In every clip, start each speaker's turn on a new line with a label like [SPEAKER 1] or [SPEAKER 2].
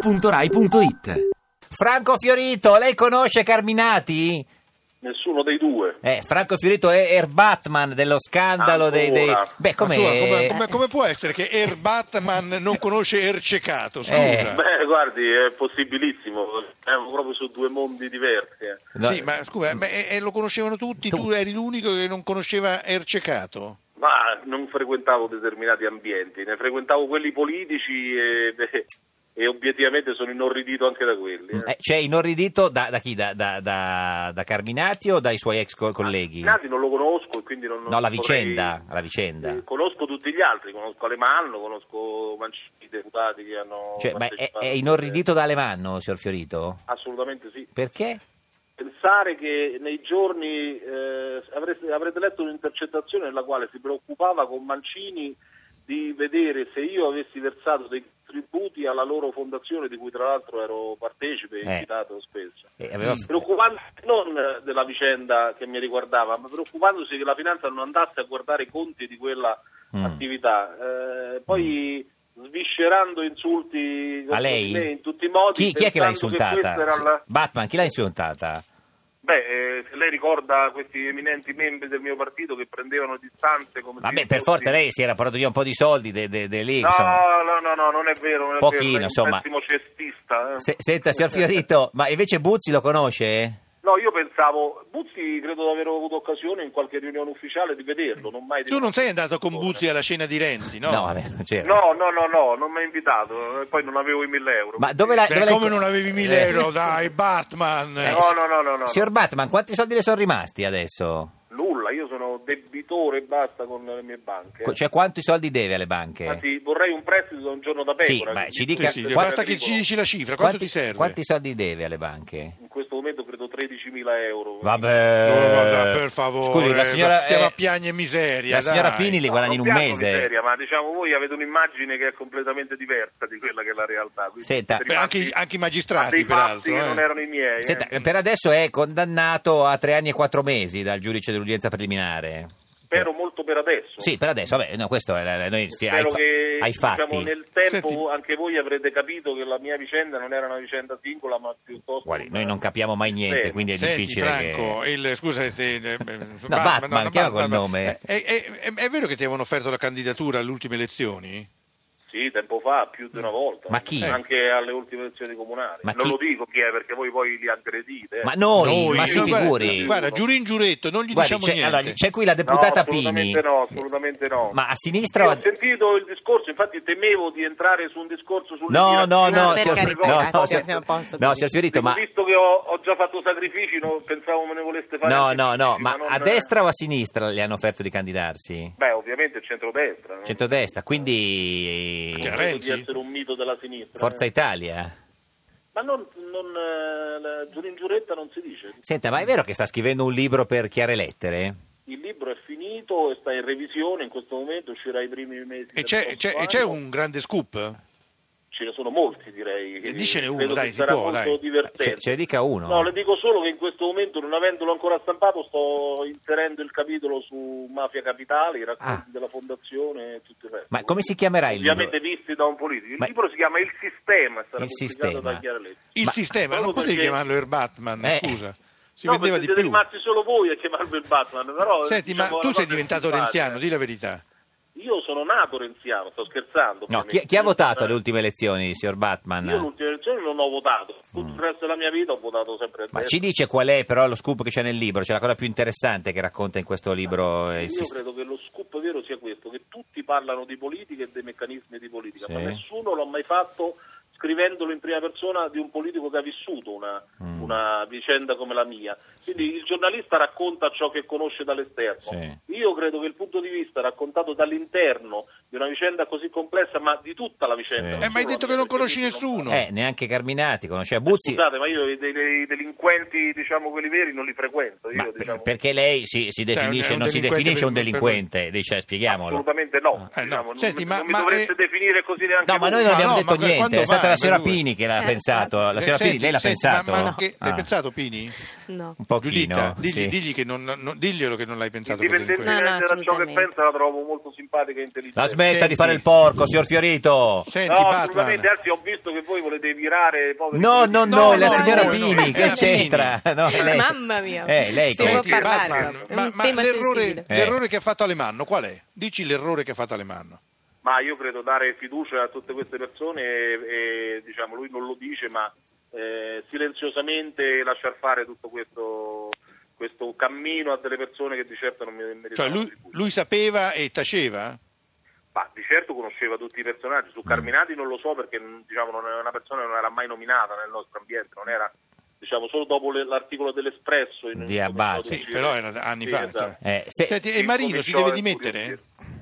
[SPEAKER 1] radio2pod.rai.it
[SPEAKER 2] Franco Fiorito, lei conosce Carminati?
[SPEAKER 3] Nessuno dei due.
[SPEAKER 2] Eh, Franco Fiorito è Air Batman dello scandalo dei, dei-
[SPEAKER 3] Ancora.
[SPEAKER 2] Beh, come...
[SPEAKER 4] Ma scusa, come, come- come può essere che Er Batman non conosce Er Cecato? Scusa.
[SPEAKER 2] Eh.
[SPEAKER 3] Beh, guardi, è possibilissimo. Siamo proprio su due mondi diversi. eh.
[SPEAKER 2] No,
[SPEAKER 4] Sì, ma scusa, ma, eh, eh, lo conoscevano tutti, tu eri l'unico che non conosceva Er Cecato.
[SPEAKER 3] Ma non frequentavo determinati ambienti, ne frequentavo quelli politici e, e obiettivamente sono inorridito anche da quelli. eh.
[SPEAKER 2] eh, c'è inorridito da, da chi? Da, da- da- da Carminati o dai suoi ex co- colleghi?
[SPEAKER 3] Nati non lo conosco e quindi non...
[SPEAKER 2] No, la
[SPEAKER 3] non
[SPEAKER 2] vicenda,
[SPEAKER 3] potrei-
[SPEAKER 2] la vicenda.
[SPEAKER 3] Eh, Conosco tutti gli altri, conosco Alemanno, conosco Mancini, i deputati che hanno...
[SPEAKER 2] Cioè, ma è,
[SPEAKER 3] partecipato.
[SPEAKER 2] è inorridito da Alemanno, signor Fiorito?
[SPEAKER 3] Assolutamente sì.
[SPEAKER 2] Perché?
[SPEAKER 3] Pensare che nei giorni eh, avreste- avrete letto un'intercettazione nella quale si preoccupava con Mancini di vedere se io avessi versato dei tributi alla loro fondazione di cui tra l'altro ero partecipe e
[SPEAKER 2] Eh.
[SPEAKER 3] invitato spesso.
[SPEAKER 2] Eh, aveva-
[SPEAKER 3] Preoccupandosi non della vicenda che mi riguardava, ma preoccupandosi che la finanza non andasse a guardare i conti di quella
[SPEAKER 2] Mm.
[SPEAKER 3] attività. Eh, poi sviscerando insulti
[SPEAKER 2] A
[SPEAKER 3] contro
[SPEAKER 2] lei?
[SPEAKER 3] di me in tutti i modi.
[SPEAKER 2] Chi, chi è che l'ha
[SPEAKER 3] pensando che
[SPEAKER 2] insultata?
[SPEAKER 3] questa era la-
[SPEAKER 2] Batman, chi l'ha insultata?
[SPEAKER 3] Beh, eh, se lei ricorda questi eminenti membri del mio partito che prendevano distanze come... se
[SPEAKER 2] Vabbè, per
[SPEAKER 3] fossi-
[SPEAKER 2] forza lei si era portato via un po' di soldi de- de- de lì,
[SPEAKER 3] No,
[SPEAKER 2] insomma.
[SPEAKER 3] no, no, no, non è vero, non è
[SPEAKER 2] Pochino,
[SPEAKER 3] vero, lei è
[SPEAKER 2] insomma.
[SPEAKER 3] un pessimo cestista. eh.
[SPEAKER 2] Se- senta, signor Fiorito, ma invece Buzzi lo conosce?
[SPEAKER 3] No, io pensavo, Buzzi credo di aver avuto occasione in qualche riunione ufficiale di vederlo, non mai... di-
[SPEAKER 4] Tu non sei andato con Buzzi alla cena di Renzi, no?
[SPEAKER 2] vabbè, non c'era.
[SPEAKER 3] No, no, no, no, non mi ha invitato, e poi non avevo i 1000 euro. Eh,
[SPEAKER 2] Ma dove la...
[SPEAKER 4] Beh,
[SPEAKER 2] dove la-
[SPEAKER 4] come non avevi mille
[SPEAKER 2] Eh,
[SPEAKER 4] euro, dai, Batman!
[SPEAKER 2] Eh,
[SPEAKER 3] No, no, no, no, no.
[SPEAKER 2] Signor Batman, quanti soldi le sono rimasti adesso?
[SPEAKER 3] Nulla, io sono debitore e basta con le mie banche.
[SPEAKER 2] Co- Cioè, quanti soldi deve alle banche?
[SPEAKER 3] Anzi, vorrei un prestito da un giorno da pecora.
[SPEAKER 2] Sì, ma
[SPEAKER 3] eh. quindi-
[SPEAKER 2] ci
[SPEAKER 4] Sì,
[SPEAKER 2] dica-
[SPEAKER 4] sì,
[SPEAKER 2] quanti-
[SPEAKER 4] basta che ci dici la cifra, quanto ti serve?
[SPEAKER 2] Quanti soldi deve alle banche?
[SPEAKER 3] In questo momento credo 13.000 euro.
[SPEAKER 2] Vabbè,
[SPEAKER 4] Oh, guarda, per favore,
[SPEAKER 2] Eh, Scusi, la signora,
[SPEAKER 4] stiamo
[SPEAKER 2] eh,
[SPEAKER 4] a piagne miseria.
[SPEAKER 2] la signora
[SPEAKER 4] dai.
[SPEAKER 2] Pini li
[SPEAKER 3] No,
[SPEAKER 2] guadagna in
[SPEAKER 3] non
[SPEAKER 2] un
[SPEAKER 3] piango
[SPEAKER 2] mese.
[SPEAKER 3] miseria, ma diciamo voi avete un'immagine che è completamente diversa di quella che è la realtà. quindi
[SPEAKER 2] Senta.
[SPEAKER 3] siete
[SPEAKER 4] Beh, anche, i-
[SPEAKER 3] rimasti
[SPEAKER 4] anche i
[SPEAKER 3] a dei passi
[SPEAKER 4] magistrati, peraltro.
[SPEAKER 3] che
[SPEAKER 4] eh.
[SPEAKER 3] non erano i miei. eh.
[SPEAKER 2] Senta, per adesso è condannato a tre anni e quattro mesi dal giudice dell'udienza preliminare.
[SPEAKER 3] Spero molto per adesso.
[SPEAKER 2] Sì, per adesso, vabbè, no, questo è la- la- noi sti- ai,
[SPEAKER 3] Spero
[SPEAKER 2] fa-
[SPEAKER 3] che
[SPEAKER 2] ai fatti.
[SPEAKER 3] diciamo, nel tempo
[SPEAKER 4] Senti.
[SPEAKER 3] anche voi avrete capito che la mia vicenda non era una vicenda singola, ma piuttosto...
[SPEAKER 2] Guardi,
[SPEAKER 3] una-
[SPEAKER 2] noi non capiamo mai niente,
[SPEAKER 3] Sì.
[SPEAKER 2] quindi è
[SPEAKER 4] Senti,
[SPEAKER 2] difficile
[SPEAKER 4] Franco,
[SPEAKER 2] che...
[SPEAKER 4] il, scusa se... eh,
[SPEAKER 2] Batman, chi era quel nome?
[SPEAKER 4] Eh, eh, eh, È, vero che ti avevano offerto la candidatura alle ultime elezioni?
[SPEAKER 3] Sì, tempo fa, più di una volta.
[SPEAKER 2] Mm. Ma
[SPEAKER 4] Eh.
[SPEAKER 2] chi?
[SPEAKER 3] Anche alle ultime elezioni comunali.
[SPEAKER 2] Ma
[SPEAKER 3] non
[SPEAKER 2] chi?
[SPEAKER 3] lo dico chi è, perché voi poi li aggredite. eh.
[SPEAKER 2] Ma noi, ma si
[SPEAKER 4] no, guarda-
[SPEAKER 2] figuri.
[SPEAKER 4] Guarda, giuri in giuretto, non gli
[SPEAKER 2] Guardi,
[SPEAKER 4] diciamo
[SPEAKER 2] c'è,
[SPEAKER 4] niente.
[SPEAKER 2] allora, c'è qui la
[SPEAKER 3] No,
[SPEAKER 2] deputata Pini.
[SPEAKER 3] assolutamente no, assolutamente no.
[SPEAKER 2] Ma a sinistra
[SPEAKER 3] Io
[SPEAKER 2] o a-
[SPEAKER 3] ho sentito il discorso, infatti temevo di entrare su un discorso sul
[SPEAKER 2] No, no,
[SPEAKER 5] No,
[SPEAKER 2] no,
[SPEAKER 5] per
[SPEAKER 2] signor-
[SPEAKER 5] carità,
[SPEAKER 2] no,
[SPEAKER 5] grazie,
[SPEAKER 2] no,
[SPEAKER 5] siamo
[SPEAKER 2] signor-
[SPEAKER 5] a posto
[SPEAKER 2] no,
[SPEAKER 5] così.
[SPEAKER 2] signor Fiorito, ma
[SPEAKER 3] Visto che ho, ho già fatto sacrifici, non pensavo me ne voleste fare.
[SPEAKER 2] no,
[SPEAKER 3] altri
[SPEAKER 2] no, no,
[SPEAKER 3] sacrifici,
[SPEAKER 2] ma
[SPEAKER 3] non-
[SPEAKER 2] a destra o a sinistra le hanno offerto di candidarsi?
[SPEAKER 3] Beh, ovviamente il centrodestra. no?
[SPEAKER 2] Centrodestra, quindi
[SPEAKER 4] Cioè,
[SPEAKER 3] Credo di
[SPEAKER 4] Renzi?
[SPEAKER 3] essere un mito della sinistra.
[SPEAKER 2] Forza
[SPEAKER 3] eh.
[SPEAKER 2] Italia.
[SPEAKER 3] Ma non, non eh, la- giurin giuretta non si dice.
[SPEAKER 2] Senta, ma è vero che sta scrivendo un libro per chiare lettere?
[SPEAKER 3] Il libro è finito e sta in revisione in questo momento, uscirà i primi mesi.
[SPEAKER 4] E
[SPEAKER 3] del
[SPEAKER 4] c'è,
[SPEAKER 3] prossimo
[SPEAKER 4] c'è- e c'è
[SPEAKER 3] anno.
[SPEAKER 4] un grande scoop?
[SPEAKER 3] Ce ne sono molti, direi.
[SPEAKER 4] Eh, dicene uno,
[SPEAKER 3] Credo
[SPEAKER 4] dai,
[SPEAKER 3] che
[SPEAKER 4] si
[SPEAKER 3] sarà
[SPEAKER 4] può,
[SPEAKER 3] molto
[SPEAKER 4] dai.
[SPEAKER 3] divertente.
[SPEAKER 2] Cioè, Ce, ce ne dica uno.
[SPEAKER 3] Certo. No, le dico solo che in questo momento, non avendolo ancora stampato, sto inserendo il capitolo su Mafia Capitale, i racconti
[SPEAKER 2] Ah.
[SPEAKER 3] della fondazione e tutto il resto.
[SPEAKER 2] Ma come si chiamerà il
[SPEAKER 3] Ovviamente
[SPEAKER 2] libro?
[SPEAKER 3] visti da un politico. Il
[SPEAKER 2] Ma-
[SPEAKER 3] libro si chiama Il Sistema, sarà
[SPEAKER 2] Il
[SPEAKER 3] pubblicato
[SPEAKER 2] Sistema.
[SPEAKER 3] da Chiara Lezzi.
[SPEAKER 4] Il
[SPEAKER 2] Ma-
[SPEAKER 4] sistema, non
[SPEAKER 3] proprio
[SPEAKER 4] potevi
[SPEAKER 3] perché-
[SPEAKER 4] chiamarlo Er Batman,
[SPEAKER 2] Eh.
[SPEAKER 4] scusa. Si
[SPEAKER 3] no,
[SPEAKER 4] vendeva
[SPEAKER 3] perché siete
[SPEAKER 4] di più.
[SPEAKER 3] rimasti solo voi a chiamarlo il Batman, però...
[SPEAKER 4] Senti, ma
[SPEAKER 3] diciamo,
[SPEAKER 4] tu
[SPEAKER 3] la
[SPEAKER 4] sei
[SPEAKER 3] cosa
[SPEAKER 4] diventato
[SPEAKER 3] simpatica.
[SPEAKER 4] renziano, di la verità.
[SPEAKER 3] Io sono nato renziano, sto scherzando.
[SPEAKER 2] No,
[SPEAKER 3] ovviamente.
[SPEAKER 2] chi, chi ha votato alle
[SPEAKER 3] Eh,
[SPEAKER 2] ultime elezioni, signor
[SPEAKER 3] Io
[SPEAKER 2] Batman?
[SPEAKER 3] l'ultima elezione non ho votato, tutto il resto della mia vita ho votato sempre a
[SPEAKER 2] Mm. Ma ci
[SPEAKER 3] destra.
[SPEAKER 2] dice qual è però lo scoop che c'è nel libro? C'è la cosa più interessante che racconta in questo libro eh, il
[SPEAKER 3] Io
[SPEAKER 2] sistema.
[SPEAKER 3] credo che lo scoop vero sia questo, che tutti parlano di politica e dei meccanismi di politica,
[SPEAKER 2] Sì.
[SPEAKER 3] ma nessuno l'ha mai fatto scrivendolo in prima persona di un politico che ha vissuto una,
[SPEAKER 2] Mm.
[SPEAKER 3] una vicenda come la mia. Quindi il giornalista racconta ciò che conosce dall'esterno.
[SPEAKER 2] Sì.
[SPEAKER 3] Io credo che il punto di vista raccontato dall'interno di una vicenda così complessa, ma di tutta la vicenda.
[SPEAKER 2] Sì.
[SPEAKER 3] non
[SPEAKER 4] Eh, ma hai
[SPEAKER 3] solo la
[SPEAKER 4] detto che
[SPEAKER 3] mia,
[SPEAKER 4] non conosci
[SPEAKER 3] perché non-
[SPEAKER 4] nessuno.
[SPEAKER 2] Eh, neanche Carminati conosceva Buzzi.
[SPEAKER 3] Scusate, ma io dei, dei delinquenti, diciamo quelli veri, non li frequento. Io,
[SPEAKER 2] Ma per-
[SPEAKER 3] diciamo,
[SPEAKER 2] perché lei si, si definisce,
[SPEAKER 4] è Cioè, un
[SPEAKER 2] non si
[SPEAKER 4] delinquente
[SPEAKER 2] definisce un
[SPEAKER 4] per- per-
[SPEAKER 2] delinquente, dice, eh, spieghiamolo.
[SPEAKER 3] Assolutamente no.
[SPEAKER 4] Eh, no.
[SPEAKER 3] diciamo,
[SPEAKER 4] Senti,
[SPEAKER 3] non,
[SPEAKER 4] ma-
[SPEAKER 3] non mi
[SPEAKER 4] ma-
[SPEAKER 3] dovreste
[SPEAKER 4] eh,
[SPEAKER 3] definire così neanche
[SPEAKER 2] No, ma
[SPEAKER 3] voi.
[SPEAKER 2] noi non
[SPEAKER 4] Ma
[SPEAKER 2] abbiamo
[SPEAKER 4] no,
[SPEAKER 2] detto
[SPEAKER 4] ma
[SPEAKER 2] niente,
[SPEAKER 4] quando
[SPEAKER 2] è stata stata la signora
[SPEAKER 4] due.
[SPEAKER 2] Pini che l'ha
[SPEAKER 1] Eh,
[SPEAKER 2] pensato. La
[SPEAKER 4] Eh,
[SPEAKER 2] signora Pini,
[SPEAKER 4] senti,
[SPEAKER 2] lei l'ha
[SPEAKER 4] senti,
[SPEAKER 2] pensato?
[SPEAKER 4] Ma, ma che- l'hai
[SPEAKER 2] Ah,
[SPEAKER 4] pensato Pini?
[SPEAKER 1] No.
[SPEAKER 2] Un pochino,
[SPEAKER 4] Giuditta, digli,
[SPEAKER 2] sì.
[SPEAKER 4] digli che non, non- diglielo che non l'hai pensato. così in
[SPEAKER 1] No,
[SPEAKER 4] quel-
[SPEAKER 1] no,
[SPEAKER 3] Indipendentemente da ciò che
[SPEAKER 1] assolutamente.
[SPEAKER 3] pensa, la trovo molto simpatica e intelligente.
[SPEAKER 2] La smetta
[SPEAKER 4] Senti.
[SPEAKER 2] di fare il porco, signor Fiorito.
[SPEAKER 4] Senti,
[SPEAKER 3] No,
[SPEAKER 4] Batman.
[SPEAKER 3] assolutamente, anzi ho visto che voi volete virare i poveri
[SPEAKER 2] No, no, no,
[SPEAKER 3] politici.
[SPEAKER 4] No,
[SPEAKER 2] la
[SPEAKER 4] no,
[SPEAKER 2] signora
[SPEAKER 4] no, no,
[SPEAKER 2] Pini,
[SPEAKER 4] no,
[SPEAKER 2] che
[SPEAKER 4] no,
[SPEAKER 2] c'entra? No, lei-
[SPEAKER 1] Mamma mia.
[SPEAKER 2] Eh, lei
[SPEAKER 1] Si
[SPEAKER 2] che-
[SPEAKER 1] può
[SPEAKER 4] Senti,
[SPEAKER 1] parlare.
[SPEAKER 4] Batman,
[SPEAKER 1] è un
[SPEAKER 4] ma, ma
[SPEAKER 1] tema
[SPEAKER 4] l'errore,
[SPEAKER 1] sensibile.
[SPEAKER 2] Eh.
[SPEAKER 4] l'errore che ha fatto Alemanno qual è? Dici l'errore che ha fatto Alemanno.
[SPEAKER 3] Ma io credo dare fiducia a tutte queste persone e, e, diciamo, lui non lo dice, ma eh, silenziosamente lasciar fare tutto questo, questo cammino a delle persone che di certo non mi meritavano
[SPEAKER 4] Cioè lui,
[SPEAKER 3] fiducia.
[SPEAKER 4] lui sapeva e taceva?
[SPEAKER 3] Ma di certo conosceva tutti i personaggi, su Carminati non lo so perché mh, diciamo, non è una persona che non era mai nominata nel nostro ambiente, non era diciamo, solo dopo le- l'articolo dell'Espresso in
[SPEAKER 2] Di
[SPEAKER 3] in-
[SPEAKER 2] Abbazzi.
[SPEAKER 4] Sì, però era anni
[SPEAKER 3] Sì,
[SPEAKER 4] fa.
[SPEAKER 3] esatto.
[SPEAKER 4] cioè.
[SPEAKER 2] Eh, se-
[SPEAKER 4] Senti, e Marino si deve
[SPEAKER 3] cominciò a
[SPEAKER 4] dimettere?
[SPEAKER 3] incuriosire.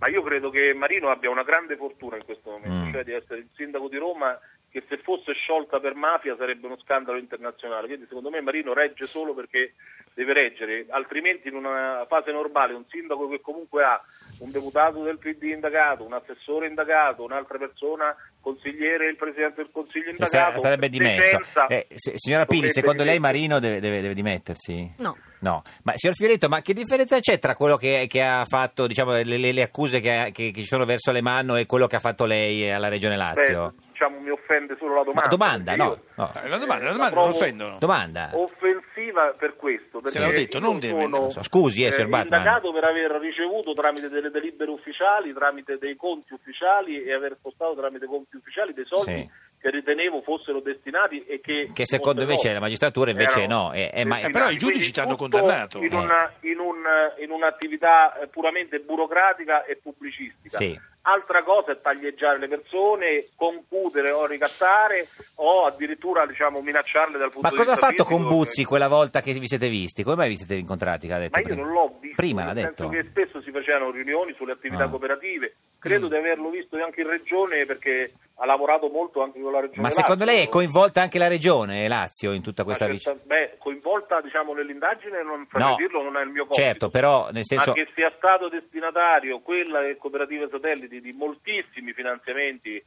[SPEAKER 3] Ma io credo che Marino abbia una grande fortuna in questo momento,
[SPEAKER 2] Mm.
[SPEAKER 3] cioè di essere il sindaco di Roma che se fosse sciolta per mafia sarebbe uno scandalo internazionale. Quindi secondo me Marino regge solo perché deve reggere, altrimenti in una fase normale un sindaco che comunque ha un deputato del PD indagato, un assessore indagato, un'altra persona, consigliere, il presidente del consiglio
[SPEAKER 2] Cioè,
[SPEAKER 3] indagato,
[SPEAKER 2] sa- sarebbe dimesso.
[SPEAKER 3] Decenza,
[SPEAKER 2] Eh, se- signora Pini,
[SPEAKER 3] dovrebbe
[SPEAKER 2] secondo lei
[SPEAKER 3] dimettersi.
[SPEAKER 2] Marino deve, deve- deve dimettersi?
[SPEAKER 1] No.
[SPEAKER 2] No, ma signor Fioretto, ma che differenza c'è tra quello che, che ha fatto, diciamo, le, le- le accuse che, ha- che- che ci sono verso le mano e quello che ha fatto lei eh, alla Regione Lazio?
[SPEAKER 3] Beh, diciamo mi offende solo la domanda.
[SPEAKER 2] Ma domanda,
[SPEAKER 3] perché
[SPEAKER 2] no,
[SPEAKER 3] io- Oh,
[SPEAKER 2] no.
[SPEAKER 4] Eh, La domanda,
[SPEAKER 3] Eh,
[SPEAKER 4] la domanda
[SPEAKER 3] la
[SPEAKER 4] non
[SPEAKER 3] provo-
[SPEAKER 4] offendono.
[SPEAKER 2] Domanda.
[SPEAKER 3] offensiva per questo perché
[SPEAKER 4] l'ho detto,
[SPEAKER 3] io
[SPEAKER 4] non deve-
[SPEAKER 3] sono,
[SPEAKER 4] non
[SPEAKER 2] so. Scusi, eh, signor Batman.
[SPEAKER 3] indagato per aver ricevuto tramite delle delibere ufficiali tramite dei conti ufficiali e aver spostato tramite conti ufficiali dei soldi
[SPEAKER 2] Sì.
[SPEAKER 3] che ritenevo fossero destinati e che
[SPEAKER 2] Che secondo invece
[SPEAKER 3] no.
[SPEAKER 2] la magistratura invece
[SPEAKER 3] Erano
[SPEAKER 2] no, eh, eh, ma- Eh.
[SPEAKER 3] destinati.
[SPEAKER 4] Eh, però i giudici
[SPEAKER 3] Quindi
[SPEAKER 4] ti hanno
[SPEAKER 3] tutto
[SPEAKER 4] condannato.
[SPEAKER 3] in, una- in un- in un'attività eh, puramente burocratica e pubblicistica
[SPEAKER 2] Sì.
[SPEAKER 3] Altra cosa è taglieggiare le persone, concudere o ricattare o addirittura diciamo, minacciarle dal punto
[SPEAKER 2] Ma
[SPEAKER 3] di
[SPEAKER 2] cosa
[SPEAKER 3] vista
[SPEAKER 2] ha fatto
[SPEAKER 3] fisico, eh?
[SPEAKER 2] con Buzzi quella volta che vi siete visti? Come mai vi siete incontrati? che ha detto
[SPEAKER 3] ma io
[SPEAKER 2] prima?
[SPEAKER 3] non l'ho visto.
[SPEAKER 2] Prima l'ha
[SPEAKER 3] nel
[SPEAKER 2] detto.
[SPEAKER 3] senso che spesso si facevano riunioni sulle attività
[SPEAKER 2] Ah. Mm.
[SPEAKER 3] cooperative. Credo di averlo visto anche in regione perché ha lavorato molto anche con la regione.
[SPEAKER 2] Ma secondo
[SPEAKER 3] Lazio.
[SPEAKER 2] lei è coinvolta anche la Regione Lazio in tutta
[SPEAKER 3] Ma certo,
[SPEAKER 2] questa vicenda?
[SPEAKER 3] certa- beh, coinvolta diciamo nell'indagine, non farei dirlo, non è il mio compito.
[SPEAKER 2] Certo, però nel senso...
[SPEAKER 3] Ma che sia stato destinatario quella e Cooperative Satelliti di moltissimi finanziamenti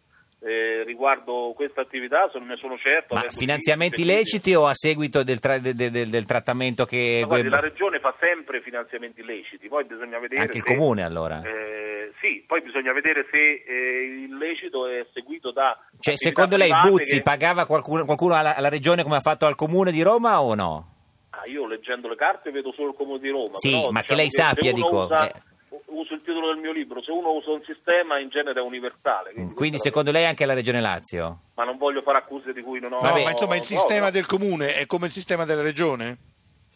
[SPEAKER 3] eh, riguardo questa attività, sono- ne sono certo.
[SPEAKER 2] Ma
[SPEAKER 3] avendo
[SPEAKER 2] finanziamenti
[SPEAKER 3] visto i servizi.
[SPEAKER 2] leciti eh, o a seguito del, tra- de- de- del- del trattamento che...
[SPEAKER 3] Ma guardi, la regione fa sempre finanziamenti leciti, poi bisogna vedere
[SPEAKER 2] Anche il
[SPEAKER 3] se-
[SPEAKER 2] comune allora?
[SPEAKER 3] Eh, sì, poi bisogna vedere se eh, il lecito è seguito da
[SPEAKER 2] Cioè,
[SPEAKER 3] attività
[SPEAKER 2] secondo lei
[SPEAKER 3] private
[SPEAKER 2] Buzzi
[SPEAKER 3] che-
[SPEAKER 2] pagava qualcuno, qualcuno alla, alla regione come ha fatto al comune di Roma o no?
[SPEAKER 3] Ah, io leggendo le carte vedo solo il Como di Roma.
[SPEAKER 2] Sì,
[SPEAKER 3] però,
[SPEAKER 2] ma
[SPEAKER 3] diciamo
[SPEAKER 2] che lei
[SPEAKER 3] se
[SPEAKER 2] sappia,
[SPEAKER 3] uno
[SPEAKER 2] dico,
[SPEAKER 3] usa-
[SPEAKER 2] eh.
[SPEAKER 3] Uso il titolo del mio libro, se uno usa un sistema in genere è universale. Quindi,
[SPEAKER 2] Mm, Quindi
[SPEAKER 3] questa è
[SPEAKER 2] secondo lei anche la regione Lazio?
[SPEAKER 3] la- Ma non voglio fare accuse di cui non ho...
[SPEAKER 4] No, ma insomma il
[SPEAKER 3] no,
[SPEAKER 4] sistema
[SPEAKER 3] no. Eh,
[SPEAKER 4] del comune è come il sistema della regione?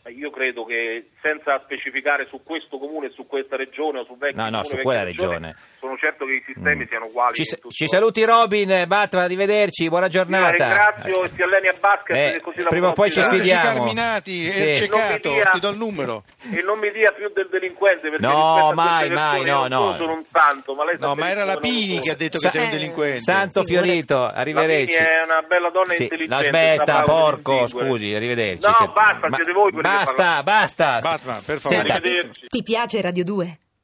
[SPEAKER 3] Io credo che senza specificare su questo comune, su questa regione o su vecchi
[SPEAKER 2] No, no,
[SPEAKER 3] comuni,
[SPEAKER 2] su
[SPEAKER 3] vecchie
[SPEAKER 2] quella
[SPEAKER 3] regioni,
[SPEAKER 2] regione.
[SPEAKER 3] Sono certo che i sistemi
[SPEAKER 2] Mm.
[SPEAKER 3] siano uguali.
[SPEAKER 2] Ci,
[SPEAKER 3] in Ah, tutto-
[SPEAKER 2] ci saluti Robin, eh, Batman, arrivederci, buona giornata.
[SPEAKER 3] Io la ringrazio e si alleni a basket,
[SPEAKER 2] Eh,
[SPEAKER 3] che così la
[SPEAKER 2] prima o poi ci
[SPEAKER 3] possiamo
[SPEAKER 4] Saludaci
[SPEAKER 3] guidare.
[SPEAKER 2] sfidiamo.
[SPEAKER 4] Cioè, Carminati,
[SPEAKER 2] Sì.
[SPEAKER 4] Ercecato,
[SPEAKER 3] Non mi dia-
[SPEAKER 4] ti do il numero.
[SPEAKER 3] E non mi dia più del delinquente perché
[SPEAKER 2] No,
[SPEAKER 3] rispetto a queste
[SPEAKER 2] mai, mai,
[SPEAKER 3] persone
[SPEAKER 2] no,
[SPEAKER 3] io
[SPEAKER 2] no.
[SPEAKER 3] sono un santo, ma lei sa
[SPEAKER 4] No, ma era la
[SPEAKER 3] benissimo
[SPEAKER 4] Pini
[SPEAKER 3] non
[SPEAKER 4] che ha
[SPEAKER 3] sono.
[SPEAKER 4] detto che
[SPEAKER 2] Sa-
[SPEAKER 4] sei un delinquente.
[SPEAKER 2] Santo Fiorito,
[SPEAKER 3] La Pini
[SPEAKER 2] arrivederci.
[SPEAKER 3] è una bella donna
[SPEAKER 2] Sì,
[SPEAKER 3] intelligente.
[SPEAKER 2] no, aspetta,
[SPEAKER 3] sa paura di
[SPEAKER 2] porco,
[SPEAKER 3] distinguere.
[SPEAKER 2] scusi, arrivederci.
[SPEAKER 3] No,
[SPEAKER 2] Se-
[SPEAKER 3] basta, siete voi quelli che
[SPEAKER 2] Basta,
[SPEAKER 3] parlano.
[SPEAKER 2] basta.
[SPEAKER 4] Batman, per favore.
[SPEAKER 2] Senta,
[SPEAKER 3] Arrivederci.
[SPEAKER 5] Ti piace Radio 2?